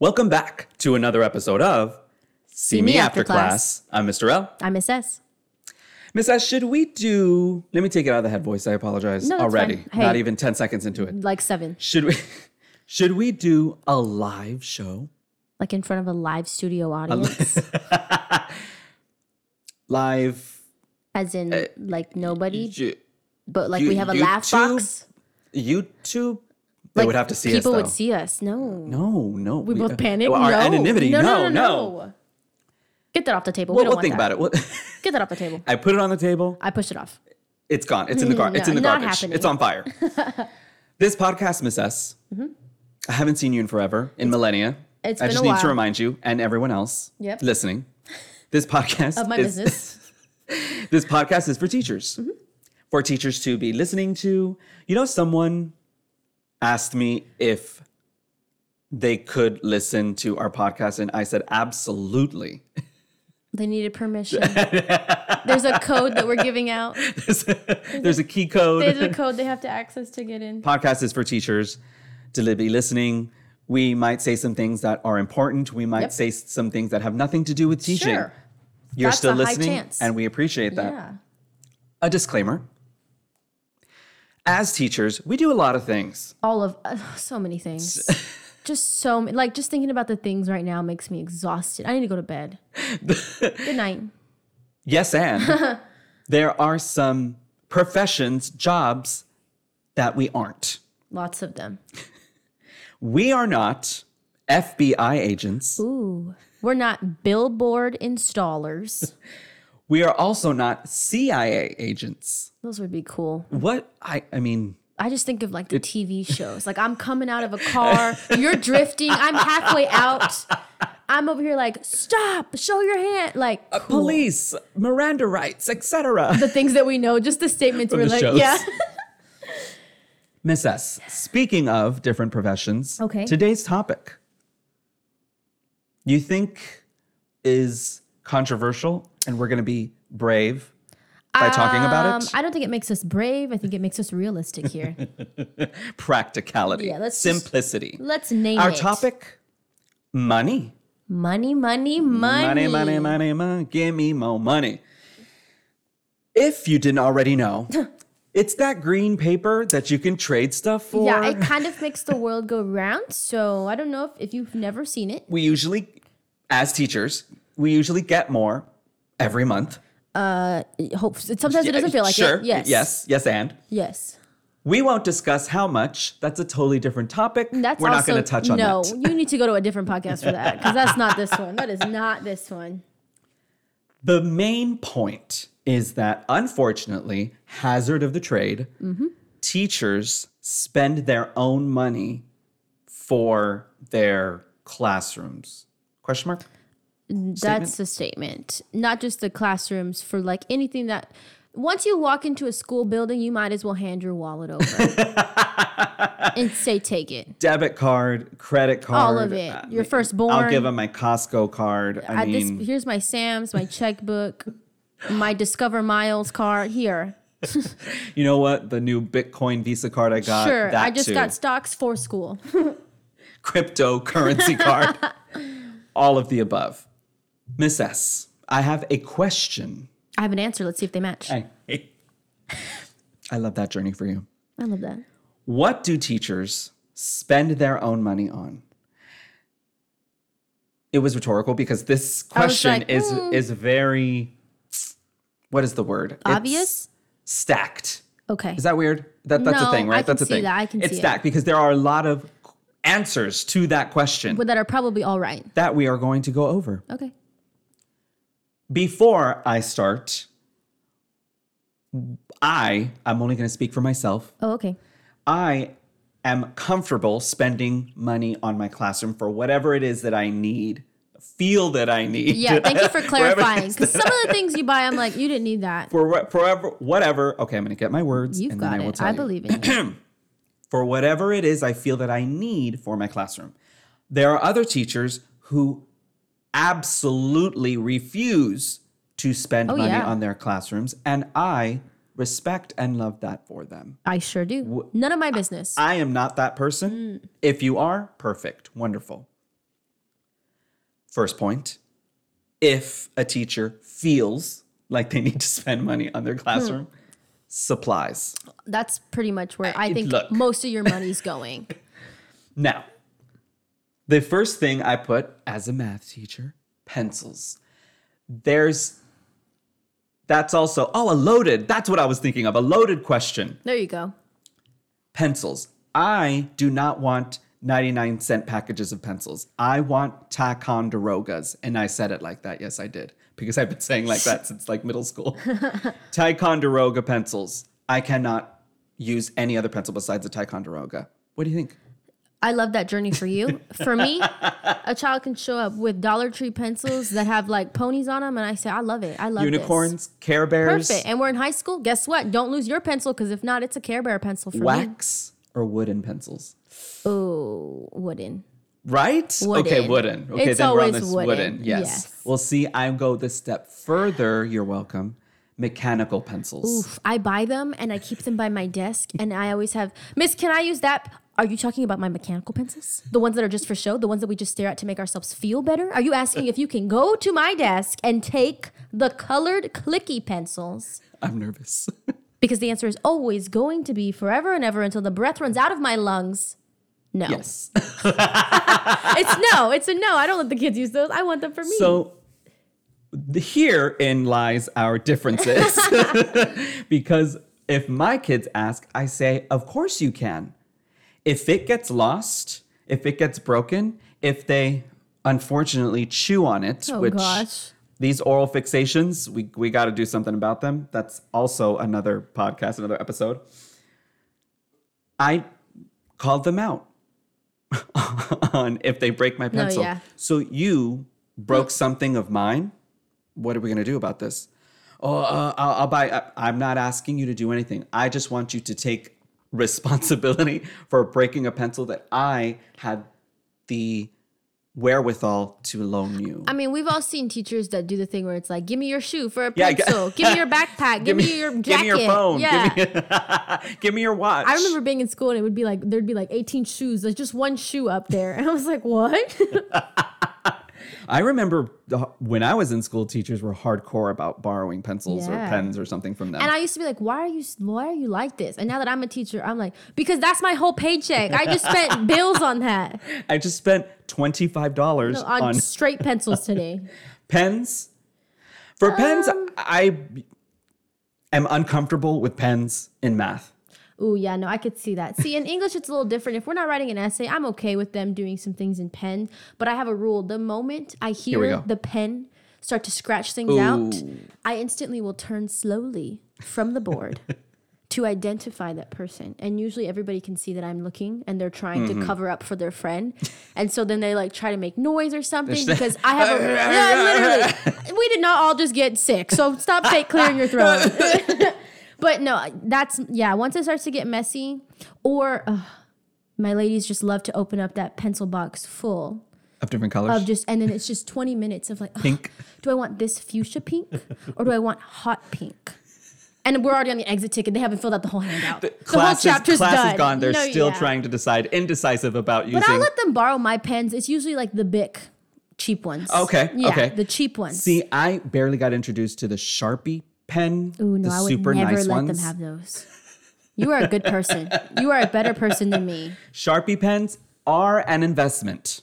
Welcome back to another episode of See Me After Class. I'm Mr. L. I miss S. Miss S, should we do? Let me take it out of the head voice. I apologize No, that's already. fine. Hey. Not even ten seconds into it. Like seven, Should we? Should we do a live show? like in front of a live studio audience, Live. as in like nobody, ju- but like Uh, you- we have a laugh YouTube? box. YouTube. They Like, would have to see people us. would though. see us. No, No, no. uh, we both panic. Our no. anonymity. No, no. Get that off the table. we We'll, don't we'll want think that. about it. We'll- Get that off the table. I put it on the table. I pushed it off. It's gone. It's in the gar- It's No, in the not garbage. happening. It's on fire. this podcast, Miss S. I haven't seen you in forever, in millennia. Mm-hmm. it's I been just a need to while. remind you and everyone else Yep. listening. This podcast Of my is- business. Mm-hmm. this podcast is for teachers, for teachers to be listening to. You know, someone asked me if they could listen to our podcast, and I said absolutely. They needed permission. There's a code that we're giving out. there's, a, there's a key code. There's a code they have to access to get in. podcast is for teachers to be listening. We might say some things that are important. We might Yep. say s- some things that have nothing to do with teaching. Sure. You're That's still a high listening, chance. and we appreciate that. Yeah. A disclaimer. As teachers, we do a lot of things. all of uh, so many things. just so ma- like just thinking about the things right now makes me exhausted. I need to go to bed. Good night. Yes, and there are some professions, jobs that we aren't. Lots of them. We are not FBI agents. Ooh. We're not billboard installers. We are also not CIA agents. Those would be cool. What I I mean, I just think of like the TV shows. Like I'm coming out of a car, you're drifting, I'm halfway out. I'm over here like, stop, show your hand. Like Uh, cool. police, Miranda rights, etc. The things that we know, just the statements we're the like, shows. yeah. Miss S, speaking of different professions, Okay. today's topic you think is controversial, and we're going to be brave by talking about Um, it? I don't think it makes us brave. I think it makes us realistic here. Practicality, Yeah, let's just- simplicity. Let's name Our it. topic money. Money, money, Money, money. money, money, money. Give me more money. If you didn't already know, it's that green paper that you can trade stuff for. Yeah, it kind of makes the world go round. So I don't know if, if you've never seen it. we usually as teachers we usually get more every month It hopes it, sometimes it doesn't feel like sure it. Yes. yes yes and Yes. we won't discuss how much that's a totally different topic That's we're not also- going to touch on no, that you need to go to a different podcast for that because that's not this one. That is not this one. the main point is that unfortunately hazard of the trade Mm-hmm. teachers spend their own money for their classrooms question mark That's the statement. Not just the classrooms for like anything that once you walk into a school building, you might as well hand your wallet over and say, take it. debit card credit card All of it. I Your mean, firstborn. uh, i'll give them my costco card i, I mean this here's my Sam's, my checkbook, my Discover Miles card. Here, You know what? The new Bitcoin Visa card I got. sure. Uh, that I just too. got stocks for school. cryptocurrency card. All of the above. Miss S, I have a question. I have an answer. Let's see if they match. I, I, I love that journey for you. love that. What do teachers spend their own money on? It was rhetorical because this I was question like, is hmm. is very what is the word? It's Obvious? stacked. Okay. Is that weird? That that's a No, thing, right? I can that's a see thing. that. I can it's see it. stacked because there are a lot of answers to that question Well, that are probably all right. that we are going to go over. Okay. Before I start, I I'm only going to speak for myself. Oh, okay. I am comfortable spending money on my classroom for whatever it is that I need, feel that I need. Yeah. Thank you for Wherever it clarifying. is Because some of the things you buy, I'm like, you didn't need that. for what- forever, whatever. Okay, I'm going to get my words. You've and got then I will it. tell I you. believe in you. for whatever it is I feel that I need for my classroom. There are other teachers who absolutely refuse to spend money yeah. on their classrooms, and I respect and love that for them. I sure do. None of my business. I am not that person. If you are, perfect, wonderful. First point if a teacher feels like they need to spend money on their classroom, supplies. That's pretty much where I it- think look. most of your money's going. Now, the first thing I put as a math teacher, pencils. There's that's also oh a loaded. That's what I was thinking of. A loaded question. there you go. Pencils. I do not want 99 cent packages of pencils. I want Ticonderogas. And I said it like that. Yes, I did. Because I've been saying like that since like middle school. Ticonderoga pencils. I cannot use any other pencil besides a Ticonderoga. What do you think? I love that journey for you. For me, a child can show up with Dollar Tree pencils that have like ponies on them, and I say, I love it. I love this." Unicorns, Care Bears. Perfect. And we're in high school. Guess what? Don't lose your pencil because if not, it's a Care Bear pencil for me. wax or wooden pencils? Oh, wooden. Right? Okay, Wooden. wooden. Okay, It's then we're on always this wooden, wooden. Yes. yes. Well, see, I go this step further. You're welcome. Mechanical pencils. Oof, I buy them and I keep them by my desk, and I always have Miss. Can I use that? Are you talking about my mechanical pencils? The ones that are just for show? The ones that we just stare at to make ourselves feel better? Are you asking if you can go to my desk and take the colored clicky pencils? I'm nervous. Because the answer is always going to be forever and ever until the breath runs out of my lungs. No. yes. It's no. It's a no. I don't let the kids use those. I want them for me. So th- herein lies our differences. because if my kids ask, I say, of course you can. If it gets lost, if it gets broken, if they unfortunately chew on it, Oh, which gosh. these oral fixations, we, we got to do something about them. That's also another podcast, another episode. I called them out on if they break my pencil. yeah. So you broke something of mine. What are we going to do about this? Oh, uh, I'll, I'll buy. I, I'm not asking you to do anything. I just want you to take responsibility for breaking a pencil that I had the wherewithal to loan you. I mean, we've all seen teachers that do the thing where it's like, give me your shoe for a Yeah, I gu- pencil. give me your backpack. Give, me your jacket. Give me your phone. Yeah. Give, me, give me your watch. I remember being in school and it would be like there'd be like 18 shoes, there's just one shoe up there. And I was like, what? I remember the, when I was in school, teachers were hardcore about borrowing pencils Yeah. or pens or something from them. And I used to be like, why are you why are you like this? And now that I'm a teacher, I'm like, because that's my whole paycheck. I just spent bills on that. I just spent twenty five dollars On, on straight pencils today. pens. For Um, pens, I am uncomfortable with pens in math. Ooh, yeah, no, I could see that. See, in English, it's a little different. If we're not writing an essay, I'm okay with them doing some things in pen. But I have a rule: the moment I we hear go. the pen start to scratch things out, Ooh. I instantly will turn slowly from the board to identify that person. And usually, everybody can see that I'm looking, and they're trying Mm-hmm. to cover up for their friend. And so then they like try to make noise or something because I have a yeah, literally. We did not all just get sick, so stop fake clearing your throat. But no, that's yeah. Once it starts to get messy, or ugh, my ladies just love to open up that pencil box full Of different colors. of just, and then it's just twenty minutes of like, ugh, Pink. do I want this fuchsia pink or do I want hot pink? And we're already on the exit ticket. They haven't filled out the whole handout. The, class whole is, chapter's class done. is gone. They're No, still yeah. trying to decide, indecisive about using. But I'll let them borrow my pens. It's usually like the Bic cheap ones. Okay, Yeah, okay. The cheap ones. See, I barely got introduced to the Sharpie pen. Ooh, no, the I would super never nice let ones. them have those. You are a good person. you are a better person than me. Sharpie pens are an investment.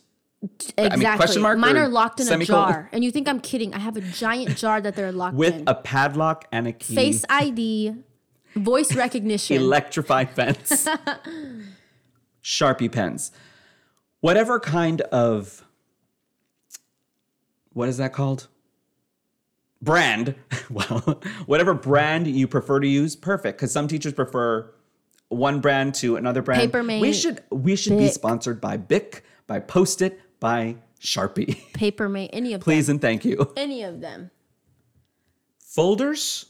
Exactly. question mark Mine or are locked in a semicolon? jar. And you think I'm kidding. I have a giant jar that they're locked with in. a padlock and a key. Face ID, voice recognition. electrified fence. Sharpie pens. Whatever kind of what is that called? Brand. Well, whatever brand you prefer to use, perfect. Because some teachers prefer one brand to another brand. Papermate, We should we should be Bic. sponsored by Bic, by Post-it, by Sharpie. paper mate, any of Please and thank you. them. Any of them. Folders.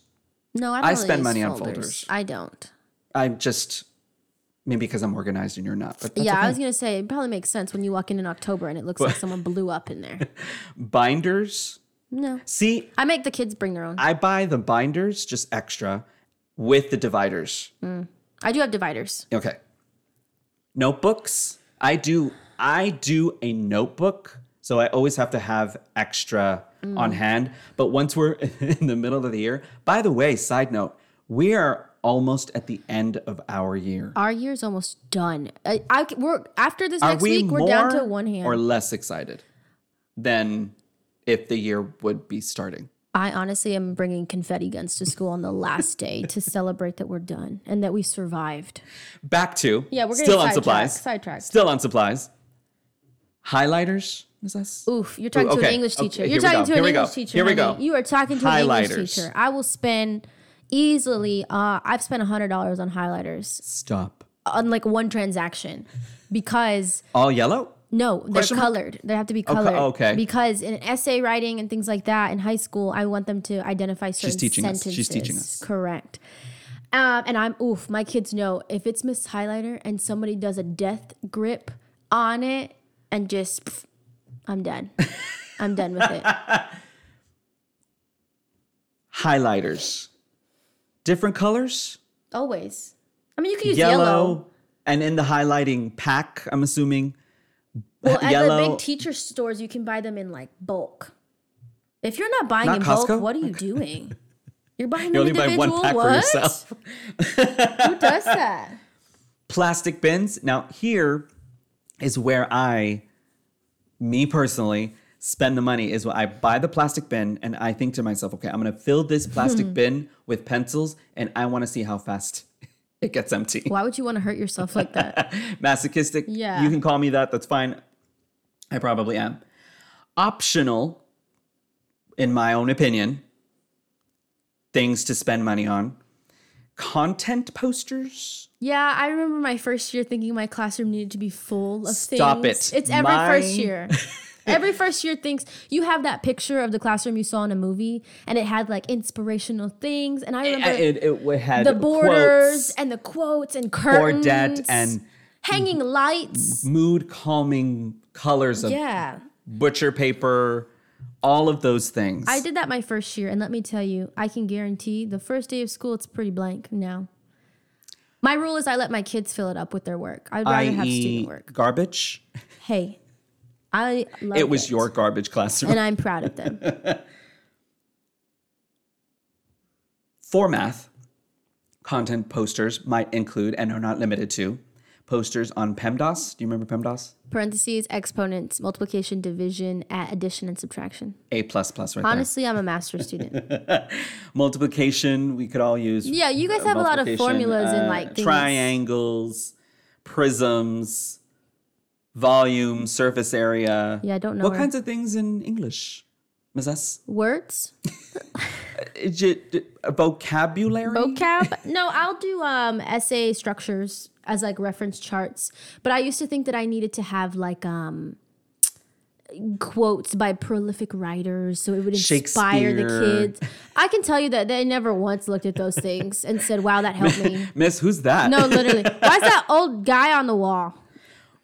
No, I, I don't really spend use money on folders. folders. I don't. I'm just maybe because I'm organized and you're not. But that's yeah, okay. I was gonna say it probably makes sense when you walk in in October and it looks like someone blew up in there. binders. No, See, I make the kids bring their own. I, I buy the binders just extra with the dividers. do have dividers. Okay. Notebooks. I do I do a notebook So I always have to have extra Mm. on hand. But once we're in the middle of the year, by the way, side note, we are almost at the end of our year. Our year's almost done. I, I c- we're after this Are next we week, we're down more to one hand. or less excited than if the year would be starting? I honestly am bringing confetti guns to school on the last day to celebrate that we're done and that we survived. Back to Yeah, we're getting still on sidetracked, supplies. sidetracked. Still on supplies. Highlighters, is this? Oof, you're talking to an okay, English okay, teacher. here You're we talking go, to here an we go, English teacher. here we honey. go. You are talking to an English Highlighters. teacher. I will spend easily. Uh, I've spent hundred dollars on highlighters Stop. on like one transaction because All yellow? no, they're Question mark? colored. They have to be colored. okay. Because in essay writing and things like that in high school, I want them to identify certain teaching us. sentences. She's teaching us. Correct. Um, and I'm oof. My kids know if it's Miss Highlighter and somebody does a death grip on it and just, pff, I'm done. I'm done with it. Highlighters. Different colors? Always. I mean, you can use Yellow. yellow. And in the highlighting pack, I'm assuming. Well, at the yellow. big teacher stores, you can buy them in like bulk. If you're not buying Not in Costco? bulk, what are you doing? You're buying You them only buy individual. one pack what? for yourself. Who does that? plastic bins. Now, here is where I, me personally, spend the money is when I buy the plastic bin and I think to myself, okay, I'm gonna fill this plastic bin with pencils and I wanna see how fast it gets empty. Why would you want to hurt yourself like that? Masochistic. Yeah. You can call me that, that's fine. I probably am. Optional, in my own opinion, things to spend money on. Content posters. yeah, I remember my first year thinking my classroom needed to be full of Stop things. it. It's every My- first year. Every first year thinks you have that picture of the classroom you saw in a movie and it had like inspirational things. And I remember It, it, it had the borders quotes. and the quotes and curtains. Bordette and hanging lights. mood calming colors of Yeah. butcher paper, all of those things. I did that my first year, and let me tell you, I can guarantee the first day of school it's pretty blank now. My rule is I let my kids fill it up with their work. I'd rather have i.e. student work. garbage. Hey, I love It was your garbage classroom. and I'm proud of them. For math, content posters might include and are not limited to posters on PEMDAS. Do you remember PEMDAS? Parentheses, exponents, multiplication, division, add, addition, and subtraction. A plus plus right Honestly, I'm a master's student. there. Multiplication, we could all use. Yeah, you guys have a lot of multiplication, formulas uh, and like things. triangles, prisms, volume, surface area. Yeah, I don't know What her. kinds of things in English, Ms. S? Words, Is it a vocabulary? vocab. no, I'll do um essay structures as like reference charts. But I used to think that I needed to have like um quotes by prolific writers so it would inspire the Shakespeare. kids. I can tell you that they never once looked at those things and said, "Wow, that helped me." Miss, who's that? No, literally. Why is that old guy on the wall?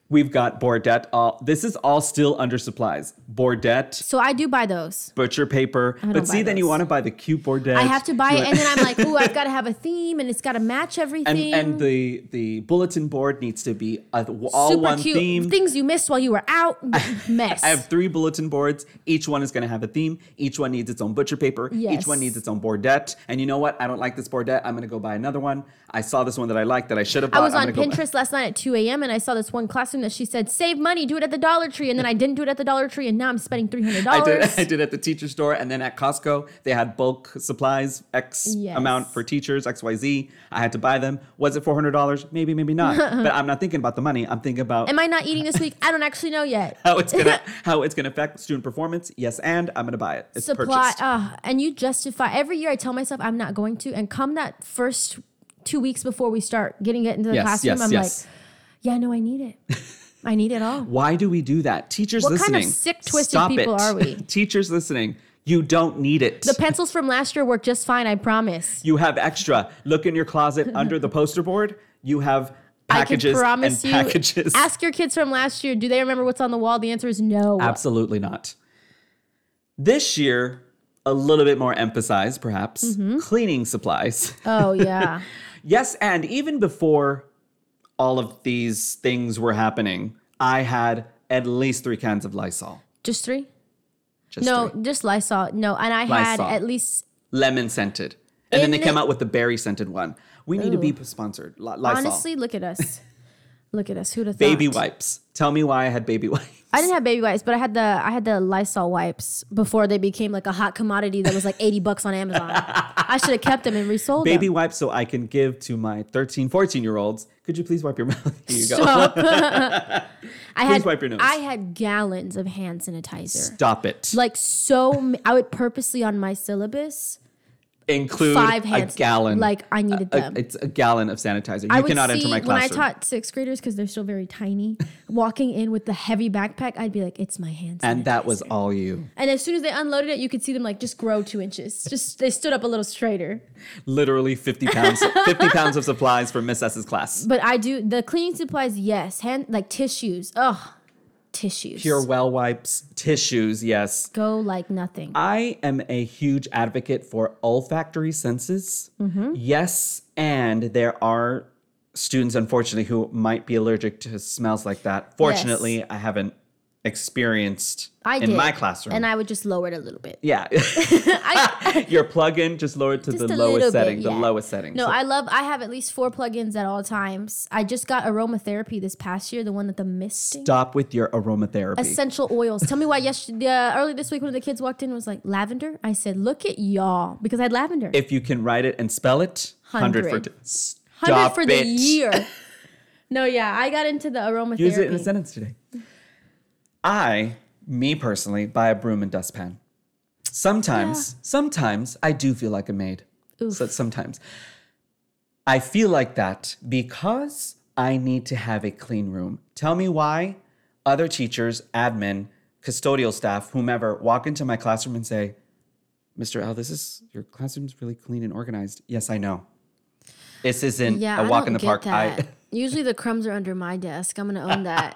We've got Bordette. All this is all still under supplies. Bordette, So I do buy those. butcher paper. But see, buy then you those. want to buy the cute Bordette. I have to buy it, and then I'm like, "Ooh, I've got to have a theme, and it's got to match and, everything." and the the bulletin board needs to be a, all Super one cute theme. things you missed while you were out. Mess. I have three bulletin boards. Each one is going to have a theme. Each one needs its own butcher paper. Yes. Each one needs its own Bordette. And you know what? I don't like this Bordette. I'm going to go buy another one. I saw this one that I liked that I should have bought. I was I'm on gonna go buy- Pinterest last night at 2 a.m. and I saw this one classroom that she said, save money, do it at the Dollar Tree. And then I didn't do it at the Dollar Tree and now I'm spending $300. I did, I did at the teacher store and then at Costco. They had bulk supplies, X Yes. amount for teachers, XYZ. I had to buy them. Was it $400? Maybe, maybe not. but I'm not thinking about the money. I'm thinking about Am I not eating this week? I don't actually know yet. how it's gonna how it's gonna affect student performance. Yes, and I'm gonna buy it. It's Supply. purchased. Uh, and you justify. Every year I tell myself I'm not going to. And come that first two weeks before we start getting it into the Yes, classroom, yes, I'm yes. like, yeah, no, I need it. I need it all. Why do we do that? Teachers What kind of listening. sick, twisted stop people it. are we? Teachers listening. You don't need it. The pencils from last year worked just fine, I promise. you have extra. Look in your closet under the poster board. You have packages I can promise and you. packages. Ask your kids from last year, do they remember what's on the wall? The answer is no. Absolutely not. This year, a little bit more emphasized, perhaps, Mm-hmm. cleaning supplies. Oh, yeah. yes, and even before all of these things were happening, I had at least three cans of Lysol. Just three? Just no, three. just Lysol. No, and I had Lysol. at least lemon scented, and then they In- came out with the berry scented one. We need to be sponsored. L- Lysol. honestly. Look at us. look at us. Who'd have baby thought? wipes. Tell me why I had baby wipes. I didn't have baby wipes, but I had the I had the Lysol wipes before they became like a hot commodity that was like eighty bucks on Amazon. I should have kept them and resold baby them. wipes so I can give to my 13, 14 year olds. Could you please wipe your mouth? Here you go. Stop. I had wipe your nose. I had gallons of hand sanitizer. Stop it. Like so, m- I would purposely on my syllabus Include five a hands. gallon. Like I needed a- them. it's a gallon of sanitizer. You I would cannot see enter my when I classroom. taught sixth graders because they're still very tiny, walking in with the heavy backpack, I'd be like, "It's my hand." and that was sanitizer." all you. And as soon as they unloaded it, you could see them like just grow two inches. Just they stood up a little straighter. Literally 50 pounds, 50 pounds of supplies for Miss S's class. But I do the cleaning supplies, yes. Hand like tissues. Ugh. Tissues. Pure well wipes, tissues, yes. go like nothing. I am a huge advocate for olfactory senses. Mm-hmm. Yes, and there are students, unfortunately, who might be allergic to smells like that. Fortunately, I haven't experienced I in did, my classroom. And I would just lower it a little bit. yeah, I, your plug-in just lowered to the Just a lowest little bit, setting. The yeah. lowest setting. no, So- I love I have at least four plugins at all times. I just got aromatherapy this past year, the one that the misting. stop with your aromatherapy. Essential oils. Tell me why yesterday, uh, early this week, one of the kids walked in and was like, lavender? I said, look at y'all, because I had lavender. if you can write it and spell it, hundred for 100. stop 100 for it. the year. no, yeah, I got into the aromatherapy. Use it in a sentence today. I, me personally, buy a broom and dustpan. Sometimes, sometimes I do feel like a maid. So sometimes I feel like that because I need to have a clean room. Tell me why other teachers, admin, custodial staff, whomever walk into my classroom and say, Mr. L, this is your classroom's really clean and organized. Yes, I know. This isn't Yeah, a I walk don't in the get park. That. I Usually the crumbs are under my desk. I'm gonna own that.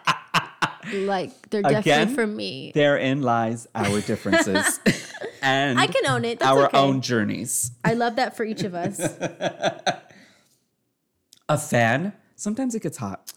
like they're Again? definitely for me. Therein lies our differences and I can own it. That's our okay. own journeys. I love that for each of us. A fan, sometimes it gets hot.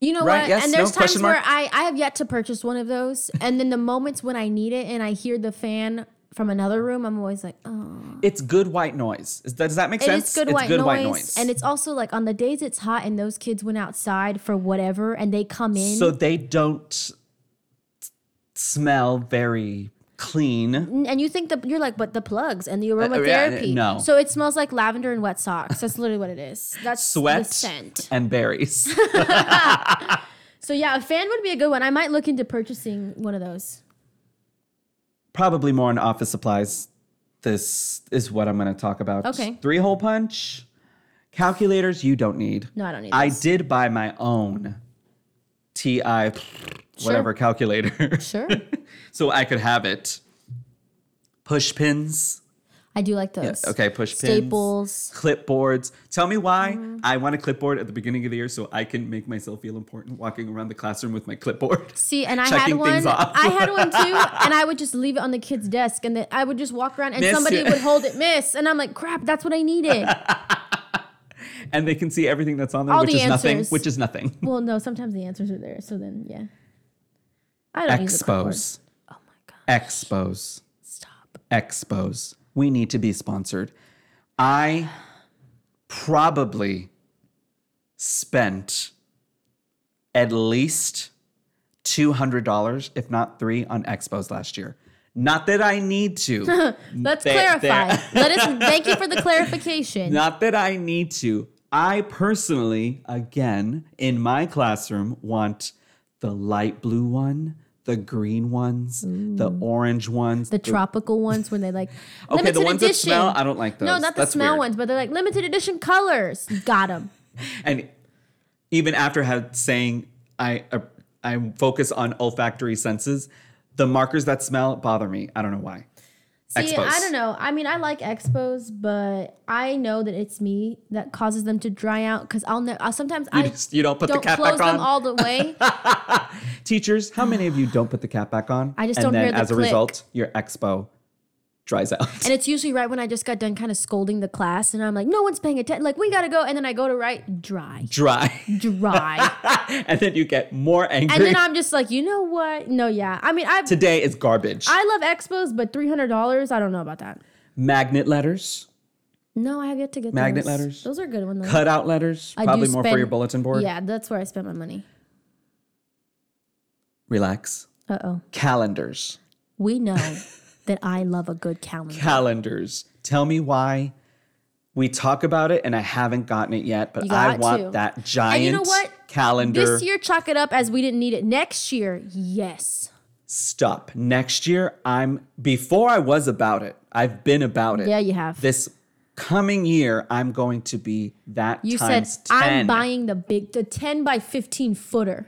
You know Right, what? yes, and there's no, times question mark. where I I have yet to purchase one of those, and then the moments when I need it and I hear the fan from another room, I'm always like, oh. It's good white noise. Is that, does that make It sense? is good, white, noise, and it's also like on the days it's hot and those kids went outside for whatever and they come in. so they don't s- smell very clean. and you think that you're like, but the plugs and the aromatherapy. Uh, yeah, no. So it smells like lavender and wet socks. That's literally what it is. That's the Sweat scent. and berries. So yeah, a fan would be a good one. I might look into purchasing one of those. Probably more on office supplies. This is what I'm going to talk about. Okay. Three hole punch, calculators you don't need. No, I don't need I those. did buy my own TI whatever calculator Sure. so I could have it. Push pins. I do like those. Okay, push pins. Staples. Mm-hmm. Clipboards. Tell me why I want a clipboard at the beginning of the year so I can make myself feel important walking around the classroom with my clipboard. See, and I Checking had things one. off. I had one too, and I would just leave it on the kid's desk, and then I would just walk around, and Miss somebody it. would hold it, miss, and I'm like, crap, that's what I needed. And they can see everything that's on there, All which the is nothing. answers. Which is nothing. well, no, sometimes the answers are there, so then yeah, I don't use a clipboard. Expose. Oh my god, Expose. stop. Expos. We need to be sponsored. I probably spent at least $200, if not three, on expos last year. Not that I need to. Let's There- clarify. there. Let us thank you for the clarification. not that I need to. I personally, again, in my classroom, want the light blue one, the green ones, the orange ones, the tropical ones when they like Okay, limited the ones that edition. smell, I don't like No, those. not the That's smell weird. ones, but they're like limited edition colors. Got them. and even after had saying I uh, I focus on olfactory senses, the markers that smell bother me. I don't know why. See, I don't know. I mean, I like expos, but I know that it's me that causes them to dry out because I'll know. sometimes I just- you don't put the don't cap close back them on? all the way. Teachers, how many of you don't put the cap back on? I just and don't then hear the As a click. result, your expo dries out. And it's usually right when I just got done kind of scolding the class and I'm like, no one's paying attention. Like, we got to go. And then I go to write dry, Dry. dry. and then you get more angry. and then I'm just like, you know what? No, yeah. I mean, I Today is garbage. I love expos, but $300, I don't know about that. Magnet letters, No, I have yet to get Magnet those. letters? Those are good ones. though. cutout letters, I do probably more for spend- your bulletin board. Yeah, that's where I spent my money. Relax. Uh oh. Calendars. We know that I love a good calendar. Calendars. Tell me why we talk about it and I haven't gotten it yet, but You I got want to. that giant you know what? calendar. This year, chalk it up as we didn't need it. Next year, yes. Stop. Next year, I'm before I was about it. I've been about it. Yeah, you have. This coming year, I'm going to be that you said, times I'm 10. buying the big, the 10 by 15 footer.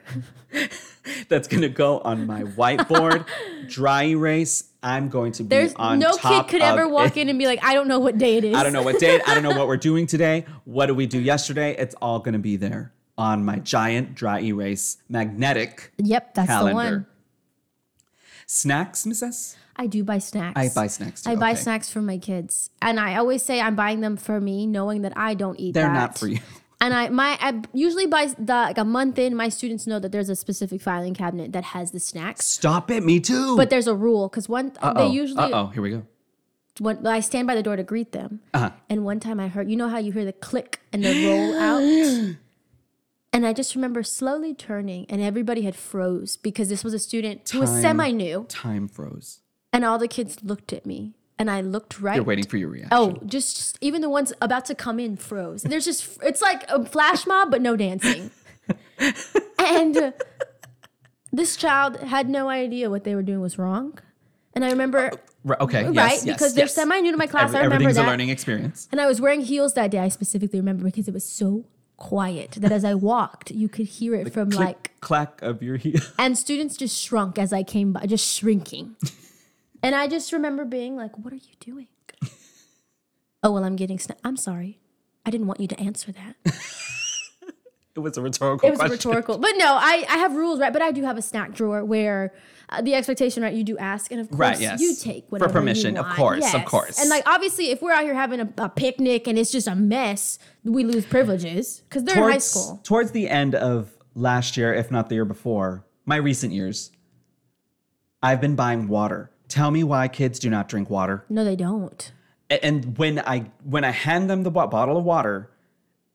that's going to go on my whiteboard, dry erase. I'm going to be There's on no kid top could ever of walk it. in and be like, I don't know what day it is. I don't know what date. I don't know what we're doing today. What did we do yesterday? It's all going to be there on my giant dry erase magnetic Yep, that's calendar. the one. Snacks, Miss S? I do buy snacks. I buy snacks too. I buy Okay. snacks for my kids, and I always say I'm buying them for me, knowing that I don't eat. They're that. not for you. And I my I usually by the like a month in, my students know that there's a specific filing cabinet that has the snacks. Stop it. Me too. But there's a rule because one they usually oh, here we go. when I stand by the door to greet them, Uh-huh. and one time I heard you know how you hear the click and the roll out. And I just remember slowly turning, and everybody had froze because this was a student who was Time. semi new, Time froze. and all the kids looked at me, and I looked right You're waiting for your reaction. Oh, just, just even the ones about to come in froze. There's just it's like a flash mob, but no dancing. and uh, this child had no idea what they were doing was wrong. And I remember Right, okay. Yes, right Oh, yes, because they're yes. semi new to my class. Every- I remember everything's that. a learning experience. And I was wearing heels that day. I specifically remember because it was so quiet that as I walked, you could hear it from Click, like clack of your heel. and students just shrunk as I came by, just shrinking. and I just remember being like, "What are you doing?" oh well, I'm getting. Sna- I'm sorry, I didn't want you to answer that. It was a rhetorical It was question. rhetorical, but no, I I have rules, right? But I do have a snack drawer where uh, the expectation, right? You do ask, and of course, Right, yes. you take For whatever permission, you of want. course, of Yes. course. And like obviously, if we're out here having a, a picnic and it's just a mess, we lose privileges because they're in high school. Towards the end of last year, if not the year before, my recent years, I've been buying water. Tell me why kids do not drink water. No, they don't. A- And when I when I hand them the bo- bottle of water,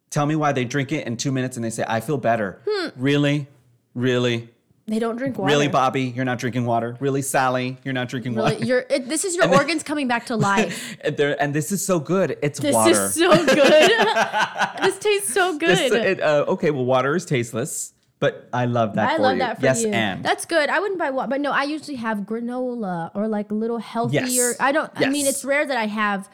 tell me why they drink it in two minutes and they say, "I feel better." Really, really, They don't drink Hmm. water. really, Bobby, you're not drinking water. Really, Sally, you're not drinking Really, water. you're- it- this is your organs coming back to life. And, they're- and this is so good. It's This water. is so good. this tastes so good. This- it, uh, okay, well, water is tasteless, but I love that. I for love you. that for yes, you. and That's good. I wouldn't buy water, but no, I usually have granola or like a little healthier. I don't. I mean, Yes. it's rare that I have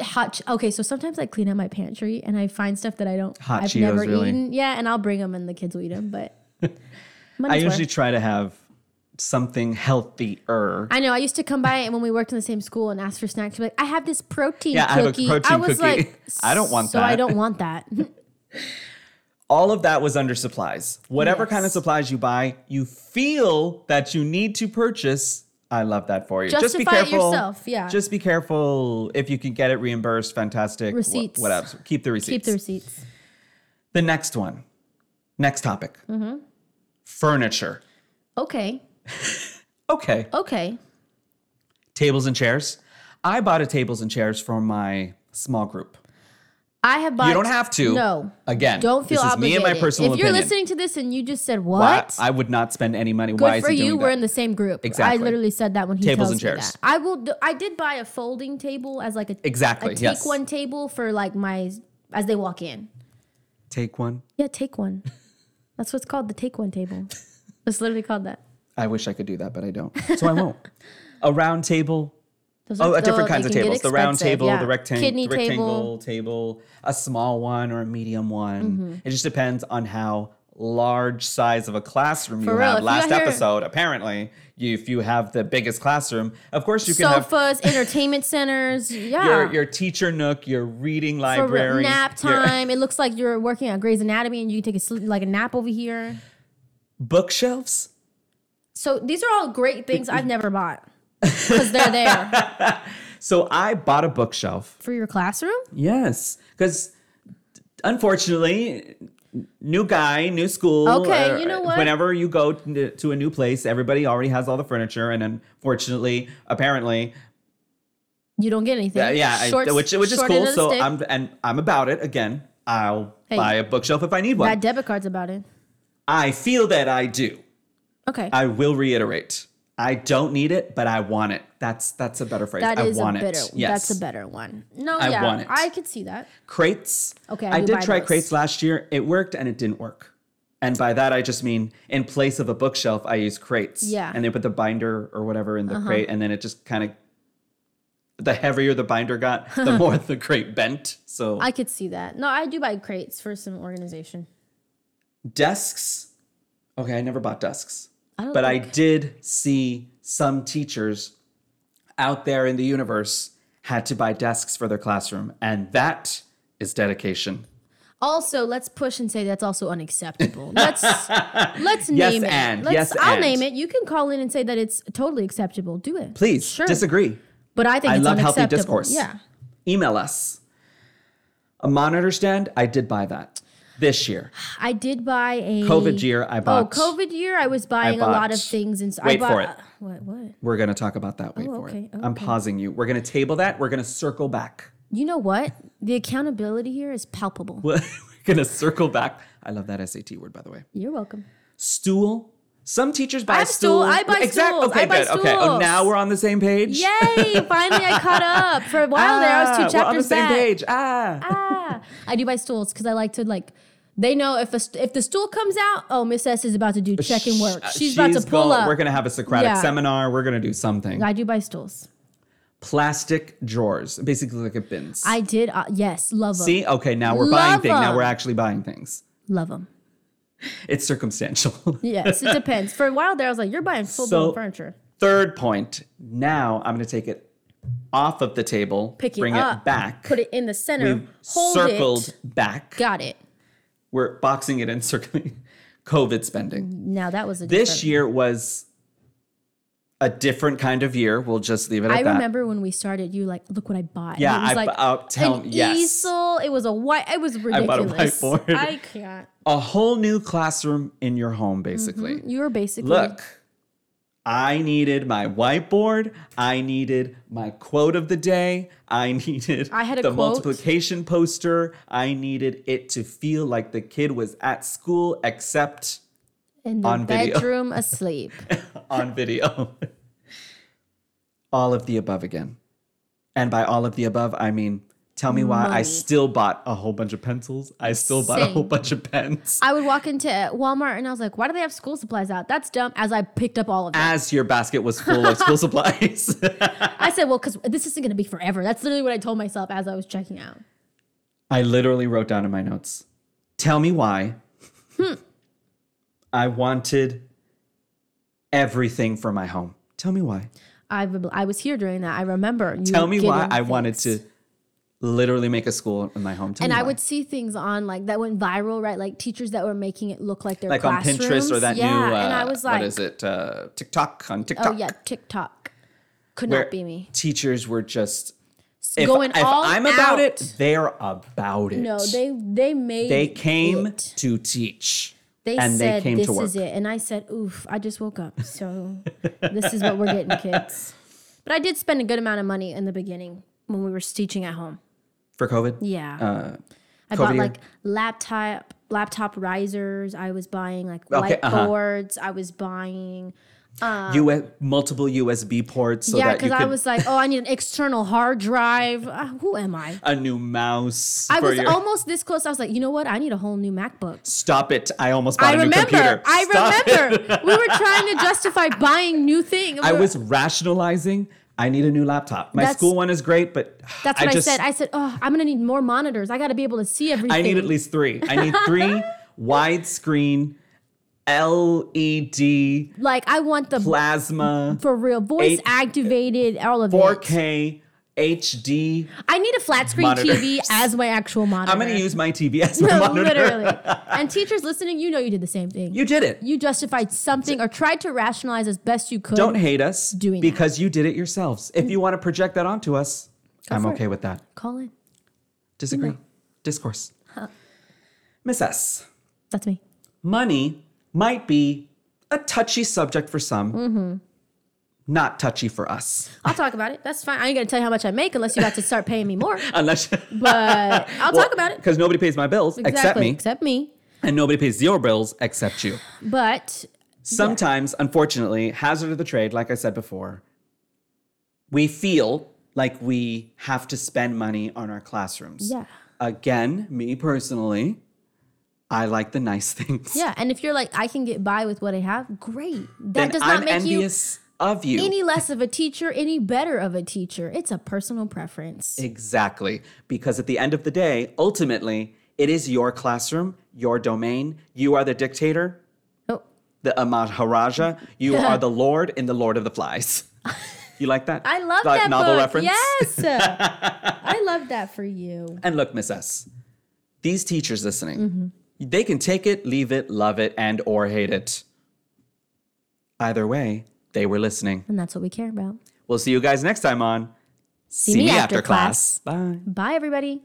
hot. Ch- okay, so sometimes I clean out my pantry and I find stuff that I don't. Hot I've Cheetos, never really. eaten. Yeah, and I'll bring them and the kids will eat them. But I money's usually worth. try to have something healthier. I know. I used to come by and when we worked in the same school and ask for snacks. She'd be like, I have this protein Yeah, I have a cookie. protein was cookie. like, I don't want so that. I don't want that. All of that was under supplies. Whatever Yes. kind of supplies you buy, you feel that you need to purchase. I love that for you. just be Justify it careful. yourself, yeah. Just be careful. If you can get it reimbursed, fantastic. Wh- Receipts. What else? Keep the receipts. Keep the receipts. The next one. Next topic. Mm-hmm. Furniture. Okay. Okay. Okay. Tables and chairs. I bought a tables and chairs for my small group. I have bought. You don't have to. No. Again, Don't feel this is obligated. me and my personal if you're opinion. listening to this and you just said Why- what, I would not spend any money. good Why is for he doing you. We're that? in the same group. Exactly. I literally said that when he Tables and tells me chairs. that. I will. Do, I did buy a folding table as like a Exactly, a take yes. one table for like my as they walk in. Take one. Yeah, take one. That's what's called the take one table. It's literally called that. I wish I could do that, but I don't. So I won't. a round table. Those Oh, are- uh, different they kinds of can get tables. The round expensive, table, yeah. the rectangle, kidney table. rectangle table. a small one or a medium one. Mm-hmm. It just depends on how large size of a classroom For you real, if have. you Last got your- episode, apparently, you, if you have the biggest classroom, of course you can have Sofas, entertainment centers, yeah. your, your teacher nook, your reading For real, library, nap your- time. It looks like you're working on Grey's Anatomy and you can take a sleep, like a nap over here. bookshelves. So these are all great things I've never bought. because they're there So I bought a bookshelf. for your classroom. Yes, because unfortunately, new guy, new school. Okay, uh, you know what? Whenever you go n- to a new place, everybody already has all the furniture, and unfortunately, apparently, You don't get anything. uh, yeah, I- Shorts- which which is short cool. end of the So stick. I'm and I'm about it again. I'll Hey. buy a bookshelf if I need one. that debit card's about it. I feel that I do. Okay, I will reiterate. I don't need it, but I want it. That's that's a better phrase. that I is a want better. it. Yes. That's a better one. No, I yeah, want it. I could see that. crates. Okay, I I do did buy try those. crates last year. It worked and it didn't work. And by that, I just mean in place of a bookshelf, I use crates. Yeah. Uh-huh. And they put the binder or whatever in the crate, and then it just kind of. The heavier the binder got, the more the crate bent. So I could see that. No, I do buy crates for some organization. desks. Okay, I never bought desks, I don't but I think, did see some teachers out there in the universe had to buy desks for their classroom, and that is dedication. also let's push and say that's also unacceptable. let's Yes, let's name and. it. Let's, Yes, I'll and. name it. You can call in and say that it's totally acceptable. Do it, Please Sure, disagree. but I think I it's love healthy unacceptable. discourse. Yeah, Email us. A monitor stand, I did buy that this year. I did buy a COVID year, I bought. Oh, COVID year, I was buying bought- a lot of things, and so Wait I bought uh, for it. what what. We're going to talk about that. Wait Oh, for it. okay. Oh, I'm okay. pausing you. We're going to table that. We're going to circle back. You know what? The accountability here is palpable. We're going to circle back. I love that SAT word, by the way. You're welcome. Stool. Some teachers buy I have stool. I buy Exact- stools. Okay, I buy good. Okay. Oh, stools. now we're on the same page. Yay! Finally, I caught up. For a while there, I was Ah, two chapters We're on the same back. page. Ah. Ah, I do buy stools because I like to like. They know if a st- if the stool comes out, oh, Miss S is about to do check and work. She's, about to pull going- up. We're going to have a Socratic Yeah. seminar. We're going to do something. I do buy stools. Plastic drawers, basically like a bins. I did. Uh, yes, love them. See, okay, now we're buying Love things. Now we're 'em. actually buying things. Love them. It's circumstantial. Yes, it depends. For a while there, I was like, "You're buying full blown So- furniture." Third point. Now I'm going to take it off of the table, Pick it bring up, it back. Put it in the center. We've hold circled it. back. Got it. We're boxing it in, circling. COVID spending. Now that was a This different- year was a different kind of year. We'll just leave it at I that. remember when we started, you like, look what I bought. And Yeah, it was I like bought- tell an me- yes. easel. It was a white. It was ridiculous. bought a whiteboard. I can't. A whole new classroom in your home, basically. You were basically Look, I needed my whiteboard. I needed my quote of the day. I needed I had a the quote. multiplication poster. I needed it to feel like the kid was at school, except in the on video. bedroom asleep. on video. all of the above again. And by all of the above, I mean, tell me why I Money. still bought a whole bunch of pencils. I still bought a whole Same. bunch of pens. I would walk into Walmart and I was like, why do they have school supplies out? That's dumb. As I picked up all of them, As your basket was full of school supplies. I said, well, because this isn't going to be forever. That's literally what I told myself as I was checking out. I literally wrote down in my notes, tell me why I wanted everything for my home. Tell me why. I, I was here during that. I remember. You Tell me why getting I wanted things. to literally make a school in my home. Tell And me I why. would see things on like that went viral, right? Like teachers that were making it look like their like on classrooms. Pinterest or that yeah. new, uh, and I was what like, is it? Uh, TikTok on TikTok. oh yeah, TikTok could where not be me. Teachers were just, if, Going if all I'm about out. it, they're about it. No, they they made They came it. to teach. They and they said came to this is work." it, and I said, "Oof, I just woke up, so this is what we're getting, kids." But I did spend a good amount of money in the beginning when we were teaching at home. For COVID? Yeah, Uh, I COVID bought year? like laptop laptop risers. I was buying like Okay, uh-huh. whiteboards. I was buying US, multiple USB ports so yeah, that you because could I was like, oh, I need an external hard drive. Uh, who am I? a new mouse. I for was your- almost this close. I was like, you know what? I need a whole new MacBook. Stop it! I almost bought I a new computer. remember. I Stop it. remember. we were trying to justify buying new thing. I was rationalizing. I need a new laptop. My That's- school one is great, but That's what I, just, said. I said, oh, I'm gonna need more monitors. I gotta be able to see everything. I need at least three. I need three widescreen LED like I want the plasma for real voice Eight- activated all of it. 4K HD. I need a flat screen TV Monitors. as my actual monitor. I'm going to use my TV as my no, monitor. literally. And teachers listening, you know you did the same thing. You, You did it. justified something or tried to rationalize as best you could. Don't hate us Doing that. Mm. because you did it yourselves. If you want to project that onto us, Go I'm for it. okay with that. call in. Disagree. Discourse. Miss S. That's me. money might be a touchy subject for some, not touchy for us. I'll talk about it. That's fine. I ain't gonna tell you how much I make unless you have to start paying me more. Unless But I'll talk about it. because nobody pays my bills except me, Except me. and nobody pays your bills except you. But Sometimes, unfortunately, hazard of the trade, like I said before, we feel like we have to spend money on our classrooms. Yeah. Again, me personally, I like the nice things. yeah, and if you're like, I can get by with what I have, great. That And does not I'm make you envious of you. any less of a teacher, any better of a teacher. It's a personal preference. Exactly. Because at the end of the day, ultimately, it is your classroom, your domain. You are the dictator, oh, the uh, Maharaja. You are the Lord in the Lord of the Flies. You like that? I love Like that novel book. reference. Yes, I love that for you. And look, Miss S, these teachers listening, Mm-hmm. they can take it, leave it, love it, and or hate it. Either way, they were listening. And that's what we care about. We'll see you guys next time on See, Me After Class. Bye. Bye, everybody.